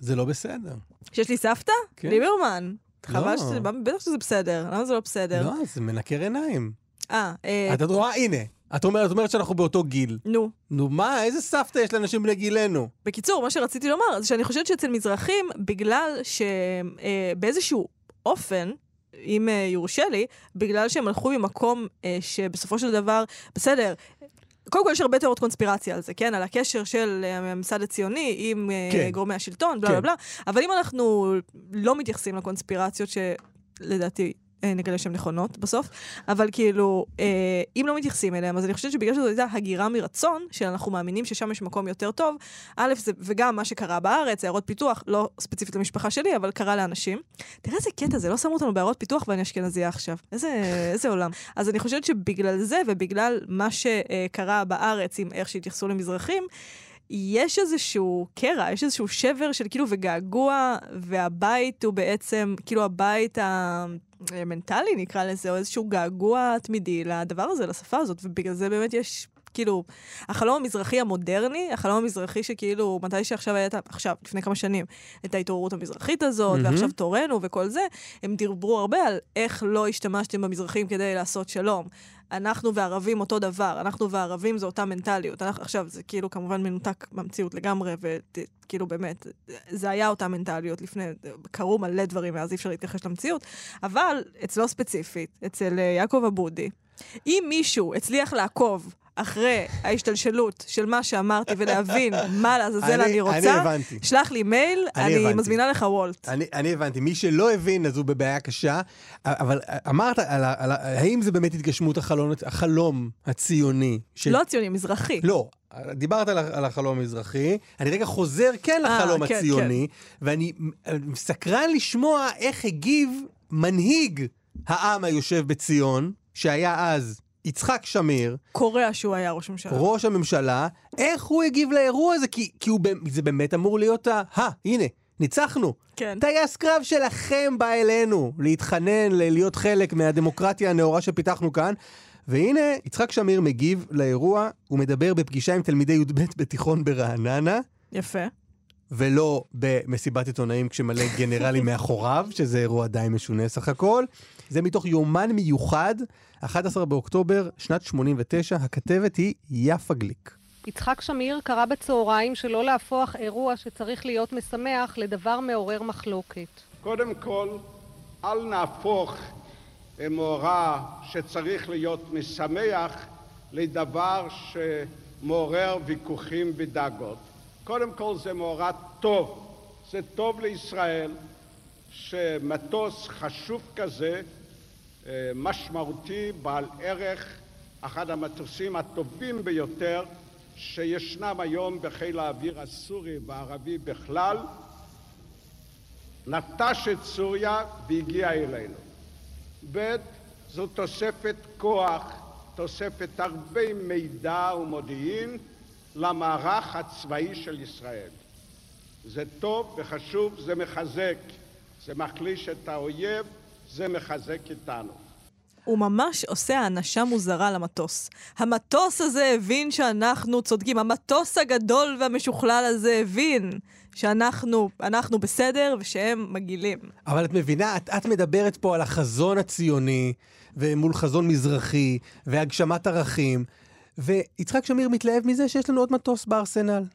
[SPEAKER 4] זה לא בסדר.
[SPEAKER 3] שיש לי סבתא?
[SPEAKER 4] כן.
[SPEAKER 3] ליברמן.
[SPEAKER 4] לא.
[SPEAKER 3] חבל שזה... בטח שזה בסדר, למה זה לא בסדר?
[SPEAKER 4] לא, זה מנקר עיניים.
[SPEAKER 3] אה, אה,
[SPEAKER 4] את את רואה, הנה. את אומרת, את אומרת שאנחנו באותו גיל.
[SPEAKER 3] נו.
[SPEAKER 4] נו מה, איזה סבתא יש לאנשים בני גילנו?
[SPEAKER 3] בקיצור, מה שרציתי לומר זה שאני חושבת שאצל מזרחים, בגלל שבאיזשהו אופן, אם אה, יורשה לי, בגלל שהם הלכו ממקום אה, שבסופו של דבר, בסדר, קודם כל יש הרבה תיאוריות קונספירציה על זה, כן? על הקשר של אה, הממסד הציוני עם אה,
[SPEAKER 4] כן.
[SPEAKER 3] גורמי השלטון, בלה
[SPEAKER 4] כן.
[SPEAKER 3] בלה בלה, אבל אם אנחנו לא מתייחסים לקונספירציות שלדעתי... אה, נגלה שהן נכונות בסוף, אבל כאילו, אה, אם לא מתייחסים אליהם, אז אני חושבת שבגלל שזו הייתה הגירה מרצון, שאנחנו מאמינים ששם יש מקום יותר טוב, א', זה, וגם מה שקרה בארץ, עיירות פיתוח, לא ספציפית למשפחה שלי, אבל קרה לאנשים. תראה איזה קטע זה, לא שמו אותנו בעיירות פיתוח ואני אשכנזייה עכשיו. איזה, איזה עולם. אז אני חושבת שבגלל זה, ובגלל מה שקרה בארץ עם איך שהתייחסו למזרחים, יש איזשהו קרע, יש איזשהו שבר של כאילו וגעגוע, והבית הוא בעצם, כאילו הבית המנטלי נקרא לזה, או איזשהו געגוע תמידי לדבר הזה, לשפה הזאת, ובגלל זה באמת יש, כאילו, החלום המזרחי המודרני, החלום המזרחי שכאילו, מתי שעכשיו הייתה, עכשיו, לפני כמה שנים, את ההתעוררות המזרחית הזאת,
[SPEAKER 4] מהמם.
[SPEAKER 3] ועכשיו תורנו וכל זה, הם דיברו הרבה על איך לא השתמשתם במזרחים כדי לעשות שלום. אנחנו והערבים אותו דבר, אנחנו והערבים זה אותה מנטליות. אנחנו, עכשיו, זה כאילו כמובן מנותק מהמציאות לגמרי, וכאילו באמת, זה היה אותה מנטליות לפני, קרו מלא דברים מאז, אי אפשר להתכחש למציאות, אבל אצלו ספציפית, אצל אה, יעקב אבודי, אם מישהו הצליח לעקוב אחרי ההשתלשלות של מה שאמרתי ולהבין מה לעזאזל
[SPEAKER 4] אני-
[SPEAKER 3] אני רוצה,
[SPEAKER 4] אני הבנתי.
[SPEAKER 3] שלח לי מייל,
[SPEAKER 4] אני
[SPEAKER 3] אני,
[SPEAKER 4] הבנתי.
[SPEAKER 3] מזמינה לך וולט.
[SPEAKER 4] אני, אני הבנתי, מי שלא הבין אז הוא בבעיה קשה, אבל אמרת, על, ה- על, ה- האם זה באמת התגשמות החלום, החלום הציוני? של...
[SPEAKER 3] לא ציוני, מזרחי.
[SPEAKER 4] לא, דיברת על, ה- על החלום המזרחי, אני רגע חוזר כן
[SPEAKER 3] אה,
[SPEAKER 4] לחלום
[SPEAKER 3] כן,
[SPEAKER 4] הציוני, ואני מ- סקרן לשמוע איך הגיב מנהיג העם היושב בציון, שהיה אז יצחק שמיר,
[SPEAKER 3] קוריאה שהוא היה ראש ממשלה.
[SPEAKER 4] ראש הממשלה, איך הוא הגיב לאירוע הזה? כי, כי הוא, באמת- זה באמת אמור להיות ה... הא, הנה, ניצחנו.
[SPEAKER 3] כן.
[SPEAKER 4] טייס קרב שלכם בא אלינו להתחנן, ל- להיות חלק מהדמוקרטיה הנאורה שפיתחנו כאן. והנה, יצחק שמיר מגיב לאירוע, הוא מדבר בפגישה עם תלמידי י"ב בתיכון ברעננה,
[SPEAKER 3] יפה.
[SPEAKER 4] ולא במסיבת עיתונאים כשמלא גנרלים מאחוריו, שזה אירוע די משונה סך הכל. זה מתוך יומן מיוחד, 11 באוקטובר שנת 89, הכתבת היא יפה גליק.
[SPEAKER 10] יצחק שמיר קרא בצהריים שלא להפוך אירוע שצריך להיות משמח לדבר מעורר מחלוקת.
[SPEAKER 11] קודם כל, אל נהפוך מאורע שצריך להיות משמח לדבר שמעורר ויכוחים ודאגות. קודם כל זה מאורע טוב, זה טוב לישראל שמטוס חשוב כזה, אה, משמעותי, בעל ערך, אחד המטוסים הטובים ביותר שישנם היום בחיל האוויר הסורי והערבי בכלל, נטש את סוריה והגיע אלינו. ב' זו תוספת כוח, תוספת הרבה מידע ומודיעין למערך הצבאי של ישראל. זה טוב וחשוב, זה מחזק, זה מחליש את האויב, זה מחזק אותנו.
[SPEAKER 3] הוא ממש עושה האנשה מוזרה למטוס. המטוס הזה הבין שאנחנו צודקים. המטוס הגדול והמשוכלל הזה הבין שאנחנו אנחנו בסדר ושהם מגעילים.
[SPEAKER 4] אבל את מבינה, את, את מדברת פה על החזון הציוני, ומול חזון מזרחי, והגשמת ערכים, ויצחק שמיר מתלהב מזה שיש לנו עוד מטוס בארסנל.
[SPEAKER 3] אמ,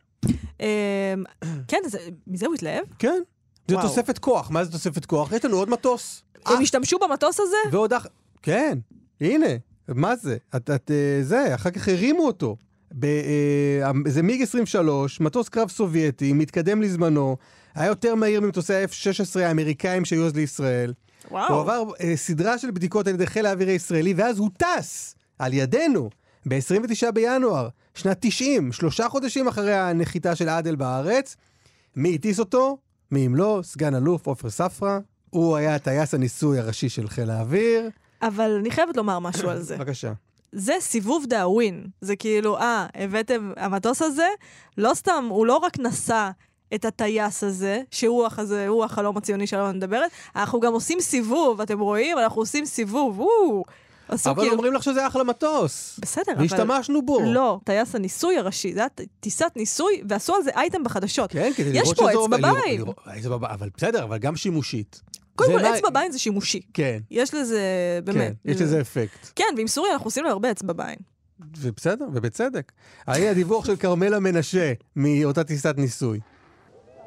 [SPEAKER 3] כן, זה- מזה הוא התלהב?
[SPEAKER 4] כן. זה
[SPEAKER 3] וואו.
[SPEAKER 4] תוספת כוח, מה זה תוספת כוח? יש לנו עוד מטוס.
[SPEAKER 3] הם השתמשו במטוס הזה?
[SPEAKER 4] ועוד אח... כן, הנה, מה זה? את, את אה, זה, אחר כך הרימו אותו. ב, אה, המ- זה מיג 23, מטוס קרב סובייטי, מתקדם לזמנו, היה יותר מהיר ממטוסי ה-F-16 האמריקאים שהיו אז לישראל.
[SPEAKER 3] וואו.
[SPEAKER 4] הוא עבר אה, סדרה של בדיקות על ידי חיל האוויר הישראלי, ואז הוא טס על ידינו ב-29 בינואר, שנת 90, שלושה חודשים אחרי הנחיתה של עדל בארץ. מי הטיס אותו? מי אם לא? סגן אלוף עופר ספרא. הוא היה הטייס הניסוי הראשי של חיל האוויר.
[SPEAKER 3] אבל אני חייבת לומר משהו על זה.
[SPEAKER 4] בבקשה.
[SPEAKER 3] זה סיבוב דאווין. זה כאילו, אה, הבאתם, המטוס הזה, לא סתם, הוא לא רק נשא את הטייס הזה, שהוא הח- זה- הוא החלום הציוני שעליו אני מדברת, אנחנו גם עושים סיבוב, אתם רואים? אנחנו עושים סיבוב, וואו. עשו כאילו-
[SPEAKER 4] אבל אומרים לך שזה אחלה מטוס.
[SPEAKER 3] בסדר, אבל...
[SPEAKER 4] והשתמשנו בו.
[SPEAKER 3] לא, טייס הניסוי הראשי, זה היה ט- טיסת ניסוי, ועשו על זה אייטם בחדשות.
[SPEAKER 4] כן, כדי
[SPEAKER 3] יש
[SPEAKER 4] לראות
[SPEAKER 3] פה
[SPEAKER 4] שזה
[SPEAKER 3] עץ
[SPEAKER 4] עובד, לראות-
[SPEAKER 3] בבית.
[SPEAKER 4] לראות- עץ בבית, אבל בסדר, אבל גם שימושית.
[SPEAKER 3] קודם
[SPEAKER 4] זה
[SPEAKER 3] כל,
[SPEAKER 4] מה-
[SPEAKER 3] אצבע בעין זה שימושי.
[SPEAKER 4] כן,
[SPEAKER 3] יש לזה,
[SPEAKER 4] כן,
[SPEAKER 3] באמת.
[SPEAKER 4] יש לזה אפקט.
[SPEAKER 3] כן, ועם סוריה אנחנו עושים לו הרבה אצבע בעין.
[SPEAKER 4] ובסדר, ובצדק. היה דיווח של כרמלה מנשה מאותה טיסת ניסוי.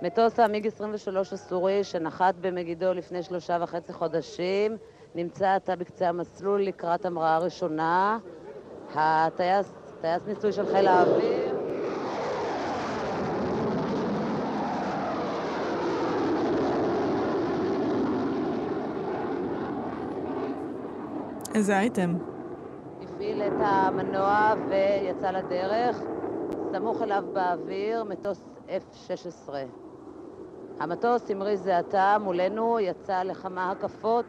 [SPEAKER 12] מטוס המיג 23 הסורי שנחת במגידו לפני שלושה וחצי חודשים נמצא עתה בקצה המסלול לקראת המראה ראשונה. הטייס, טייס ניסוי של חיל האוויר
[SPEAKER 3] איזה אייטם.
[SPEAKER 12] הפעיל את המנוע ויצא לדרך. סמוך אליו באוויר מטוס F-16. המטוס המריא זה עתה מולנו, יצא לכמה הקפות.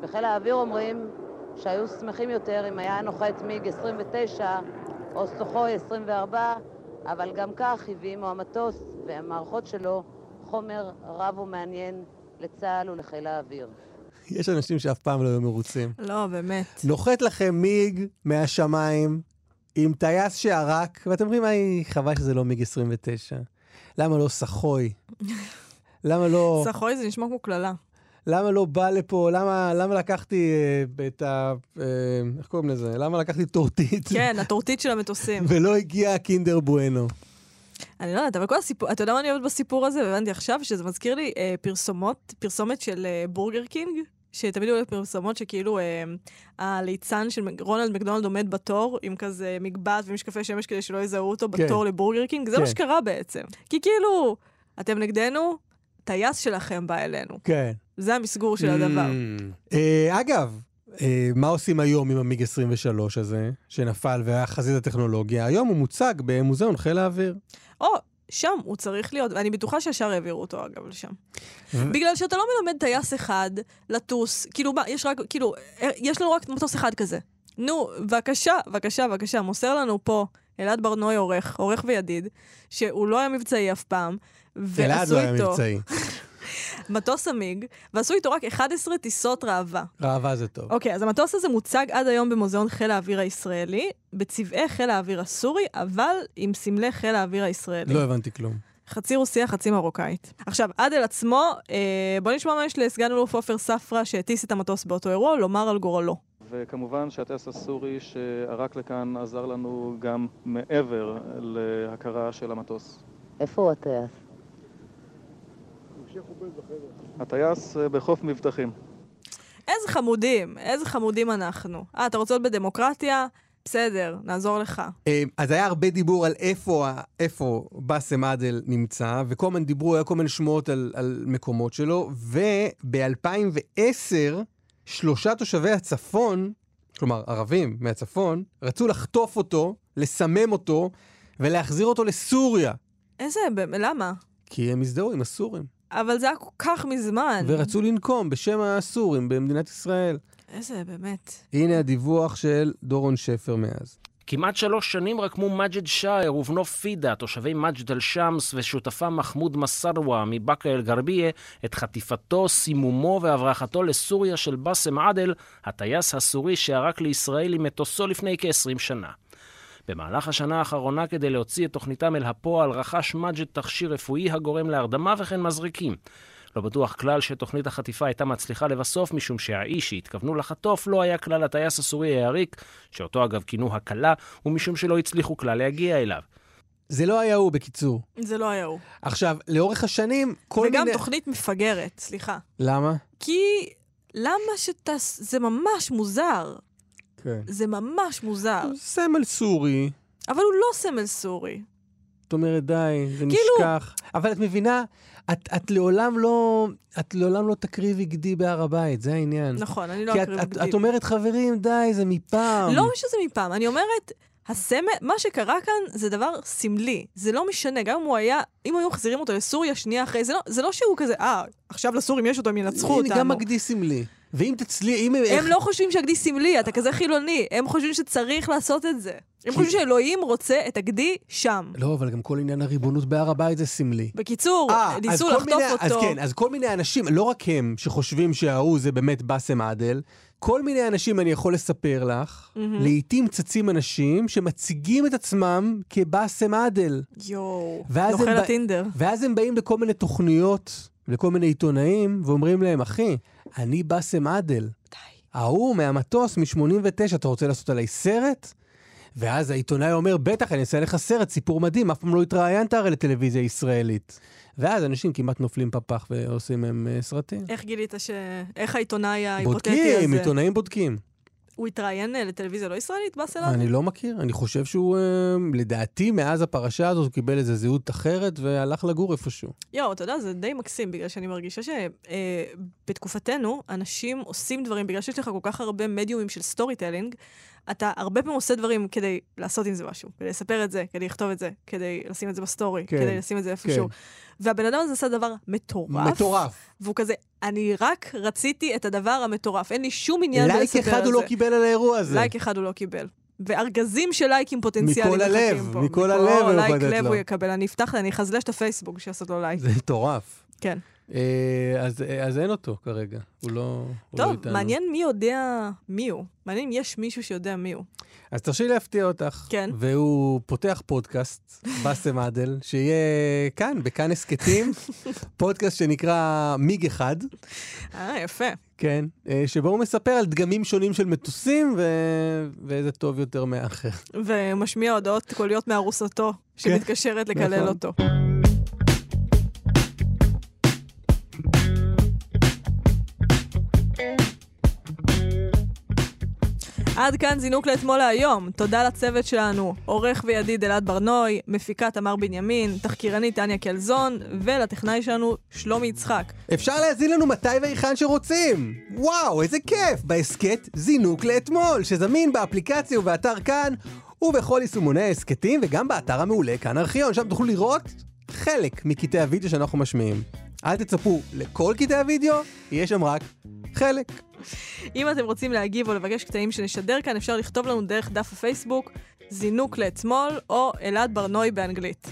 [SPEAKER 12] בחיל האוויר אומרים שהיו שמחים יותר אם היה נוחת מיג 29 או סוחוי 24, אבל גם כך הביא עמו המטוס והמערכות שלו חומר רב ומעניין לצה"ל ולחיל האוויר.
[SPEAKER 4] יש אנשים שאף פעם לא היו מרוצים.
[SPEAKER 3] לא, באמת.
[SPEAKER 4] נוחת לכם מיג מהשמיים עם טייס שערק, ואתם אומרים, היי, חבל שזה לא מיג 29. למה לא סחוי? למה לא...
[SPEAKER 3] סחוי זה נשמע כמו קללה.
[SPEAKER 4] למה לא בא לפה? למה, למה לקחתי אה, את ה... אה, איך קוראים לזה? למה לקחתי טורטית?
[SPEAKER 3] כן, הטורטית של המטוסים.
[SPEAKER 4] ולא הגיע הקינדר בואנו.
[SPEAKER 3] אני לא יודעת, אבל כל הסיפור, אתה יודע מה אני אוהבת בסיפור הזה? והבנתי עכשיו שזה מזכיר לי אה, פרסומות, פרסומת של אה, בורגר קינג, שתמיד היו פרסומות שכאילו אה, הליצן של מק- רונלד מקדונלד עומד בתור עם כזה מגבעת ומשקפי שמש כדי שלא יזהו אותו
[SPEAKER 13] כן.
[SPEAKER 3] בתור לבורגר קינג, זה
[SPEAKER 13] כן.
[SPEAKER 3] מה שקרה בעצם. כי כאילו, אתם נגדנו, טייס שלכם בא אלינו.
[SPEAKER 4] כן.
[SPEAKER 3] זה המסגור
[SPEAKER 13] Mm.
[SPEAKER 3] של הדבר.
[SPEAKER 4] אה, אגב, אה, מה עושים היום עם המיג 23 הזה, שנפל והיה חזית הטכנולוגיה? היום הוא מוצג במוזיאון חיל האוויר.
[SPEAKER 3] או, שם הוא צריך להיות, ואני בטוחה שישר העבירו אותו אגב לשם. בגלל שאתה לא מלמד טייס אחד לטוס, כאילו מה, יש רק, כאילו, אה, יש לנו רק מטוס אחד כזה. נו, בבקשה, בבקשה, בבקשה, מוסר לנו פה אלעד ברנוי עורך, עורך וידיד, שהוא לא היה מבצעי אף פעם, ועשו איתו...
[SPEAKER 4] אלעד לא היה מבצעי.
[SPEAKER 3] מטוס עמיג, ועשו איתו רק 11 טיסות ראווה.
[SPEAKER 4] ראווה זה טוב.
[SPEAKER 3] אוקיי, אז המטוס הזה מוצג עד היום במוזיאון חיל האוויר הישראלי, בצבעי חיל האוויר הסורי, אבל עם סמלי חיל האוויר הישראלי.
[SPEAKER 4] לא הבנתי כלום.
[SPEAKER 3] חצי רוסיה, חצי מרוקאית. עכשיו, עדל עצמו, אה, בוא נשמע מה יש לסגן אלוף עופר ספרא, שהטיס את המטוס באותו אירוע, לומר על גורלו.
[SPEAKER 14] וכמובן שהטס הסורי שערק לכאן עזר לנו גם מעבר להכרה של המטוס.
[SPEAKER 12] איפה הוא הטייס?
[SPEAKER 14] הטייס אה, בחוף מבטחים.
[SPEAKER 3] איזה חמודים, איזה חמודים אנחנו. אה, אתה רוצה להיות בדמוקרטיה? בסדר, נעזור לך.
[SPEAKER 4] אה, אז היה הרבה דיבור על איפה, ה- איפה באסם עדל נמצא, וכל הזמן דיברו, היה כל מיני שמועות על, על מקומות שלו, וב-2010, שלושה תושבי הצפון, כלומר ערבים מהצפון, רצו לחטוף אותו, לסמם אותו, ולהחזיר אותו לסוריה,
[SPEAKER 3] איזה, ב- למה?
[SPEAKER 4] כי הם הזדהו עם הסורים,
[SPEAKER 3] אבל זה היה כל כך מזמן.
[SPEAKER 4] ורצו לנקום בשם הסורים במדינת ישראל.
[SPEAKER 3] איזה, באמת.
[SPEAKER 4] הנה הדיווח של דורון שפר מאז.
[SPEAKER 15] כמעט שלוש שנים רקמו מג'ד שער ובנו פידה, תושבי מג'ד אל-שמס ושותפם מחמוד מסרווה מבאקה אל-גרבייה, את חטיפתו, סימומו והברחתו לסוריה של באסם עדל, הטייס הסורי שערק לישראל עם מטוסו לפני כ-20 שנה. במהלך השנה האחרונה, כדי להוציא את תוכניתם אל הפועל, רכש מג'ד תכשיר רפואי הגורם להרדמה וכן מזרקים. לא בטוח כלל שתוכנית החטיפה הייתה מצליחה לבסוף, משום שהאיש שהתכוונו לחטוף לא היה כלל הטייס הסורי העריק, שאותו אגב כינו הקלה, ומשום שלא הצליחו כלל להגיע אליו.
[SPEAKER 4] זה לא היה הוא, בקיצור.
[SPEAKER 3] זה לא היה הוא.
[SPEAKER 4] עכשיו, לאורך השנים, כל
[SPEAKER 3] וגם
[SPEAKER 4] מיני...
[SPEAKER 3] תוכנית מפגרת, סליחה.
[SPEAKER 4] למה?
[SPEAKER 3] כי למה שתעש... זה ממש מוזר.
[SPEAKER 4] כן.
[SPEAKER 3] זה ממש מוזר.
[SPEAKER 4] סמל סורי.
[SPEAKER 3] אבל הוא לא סמל סורי.
[SPEAKER 4] את אומרת די, זה
[SPEAKER 3] כאילו-
[SPEAKER 4] נשכח. אבל את מבינה, את, את לעולם לא את לעולם לא תקריבי גדי בהר הבית, זה העניין.
[SPEAKER 3] נכון, אני לא
[SPEAKER 4] כי
[SPEAKER 3] אקריב
[SPEAKER 4] את,
[SPEAKER 3] גדי.
[SPEAKER 4] את, את אומרת, חברים, די, זה מפעם.
[SPEAKER 3] לא שזה מפעם, אני אומרת, הסמל, מה שקרה כאן זה דבר סמלי. זה לא משנה, גם אם הוא היה, אם היו מחזירים אותו לסוריה שנייה אחרי, זה לא, זה לא שהוא כזה, אה, עכשיו לסורים יש אותו, הם ינצחו אותנו.
[SPEAKER 4] הנה, גם הגדי סמלי. ואם תצלי, אם...
[SPEAKER 3] הם לא חושבים שהגדי סמלי, אתה כזה חילוני. הם חושבים שצריך לעשות את זה. הם חושבים שאלוהים רוצה את הגדי שם.
[SPEAKER 4] לא, אבל גם כל עניין הריבונות בהר הבית זה סמלי.
[SPEAKER 3] בקיצור,
[SPEAKER 4] אה, אז
[SPEAKER 3] ניסו
[SPEAKER 4] כל
[SPEAKER 3] לחטוף
[SPEAKER 4] מיני,
[SPEAKER 3] אותו.
[SPEAKER 4] אז כן, אז כל מיני אנשים, לא רק הם שחושבים שההוא זה באמת באסם עדל, כל מיני אנשים, אני יכול לספר לך,
[SPEAKER 3] מהמם.
[SPEAKER 4] לעתים צצים אנשים שמציגים את עצמם כבאסם עדל.
[SPEAKER 3] יואו,
[SPEAKER 4] ואז הם
[SPEAKER 3] נוכל
[SPEAKER 4] בא-
[SPEAKER 3] הטינדר.
[SPEAKER 4] ואז הם באים לכל מיני תוכניות, לכל מיני עיתונאים, ואומרים להם, אחי, אני באסם עדל. ההוא מהמטוס מ-89, אתה רוצה לעשות עליי סרט? ואז העיתונאי אומר, בטח, אני אעשה לך סרט, סיפור מדהים, אף פעם לא התראיינת הרי לטלוויזיה ישראלית. ואז אנשים כמעט נופלים בפח ועושים מהם אה, סרטים.
[SPEAKER 3] איך גילית ש... איך העיתונאי ההיפותטי
[SPEAKER 4] בודקים,
[SPEAKER 3] הזה?
[SPEAKER 4] עיתונאים בודקים.
[SPEAKER 3] הוא התראיין אה, לטלוויזיה לא ישראלית? באסל עדל?
[SPEAKER 4] אני לא מכיר, אני חושב שהוא, אה, לדעתי, מאז הפרשה הזאת הוא קיבל איזה זהות אחרת והלך לגור איפשהו.
[SPEAKER 3] יואו, אתה יודע, זה די מקסים, בגלל שאני מרגישה שבתקופתנו אנשים עושים דברים, בגלל שיש לך כל כך הרבה מדיומים של סטורי טלינג, אתה הרבה פעמים עושה דברים כדי לעשות עם זה משהו, כדי לספר את זה, כדי לכתוב את זה, כדי לשים את זה בסטורי,
[SPEAKER 13] כן,
[SPEAKER 3] כדי לשים את זה איפשהו.
[SPEAKER 13] כן.
[SPEAKER 3] והבן אדם הזה עשה דבר מטורף.
[SPEAKER 4] מטורף.
[SPEAKER 3] והוא כזה, אני רק רציתי את הדבר המטורף, אין לי שום עניין
[SPEAKER 4] לייק
[SPEAKER 3] בלספר על זה.
[SPEAKER 4] אחד הוא לא קיבל על האירוע הזה.
[SPEAKER 3] לייק אחד הוא לא קיבל. וארגזים של לייקים פוטנציאליים
[SPEAKER 4] מכל הלב,
[SPEAKER 3] מחכים פה.
[SPEAKER 4] מכל הלב אני
[SPEAKER 3] לייק
[SPEAKER 4] הולך לתת
[SPEAKER 3] לב
[SPEAKER 4] לו.
[SPEAKER 3] הוא יקבל. אני אפתח, אני אחזלש את הפייסבוק שיעשות לו לייק.
[SPEAKER 4] זה מטורף.
[SPEAKER 3] כן.
[SPEAKER 4] אה, אז, אה, אז אין אותו כרגע, הוא לא, הוא לא
[SPEAKER 3] טוב,
[SPEAKER 4] איתנו.
[SPEAKER 3] מעניין מי יודע מי הוא. מעניין אם יש מישהו שיודע מי הוא.
[SPEAKER 4] אז תרשי לי להפתיע אותך.
[SPEAKER 3] כן.
[SPEAKER 4] והוא פותח פודקאסט, באסם עדל, שיהיה כאן, בכאן הסכתים, פודקאסט שנקרא מיג אחד,
[SPEAKER 3] אה, יפה.
[SPEAKER 4] כן, אה, שבו הוא מספר על דגמים שונים של מטוסים, ו... ואיזה טוב יותר מהאחר.
[SPEAKER 3] ומשמיע הודעות קוליות מארוסתו, שמתקשרת לקלל
[SPEAKER 4] נכון.
[SPEAKER 3] אותו. עד כאן זינוק לאתמול להיום. תודה לצוות שלנו, עורך וידיד אלעד ברנוי, מפיקה תמר בנימין, תחקירנית טניה קלזון, ולטכנאי שלנו, שלומי יצחק.
[SPEAKER 4] אפשר להזין לנו מתי והיכן שרוצים. וואו, איזה כיף! בהסכת זינוק לאתמול, שזמין באפליקציה ובאתר כאן, ובכל יישומוני ההסכתים, וגם באתר המעולה כאן ארכיון, שם תוכלו לראות חלק מקטעי הוידאו שאנחנו משמיעים. אל תצפו לכל קטעי הוידאו, יהיה שם רק חלק.
[SPEAKER 3] אם אתם רוצים להגיב או לבקש קטעים שנשדר כאן, אפשר לכתוב לנו דרך דף הפייסבוק, זינוק לאתמול, או אלעד ברנוי באנגלית.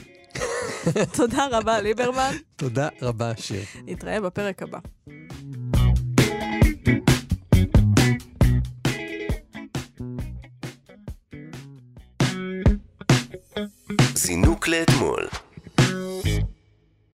[SPEAKER 3] תודה רבה, ליברמן.
[SPEAKER 4] תודה רבה, שיר.
[SPEAKER 3] נתראה בפרק הבא.
[SPEAKER 5] זינוק לאתמול.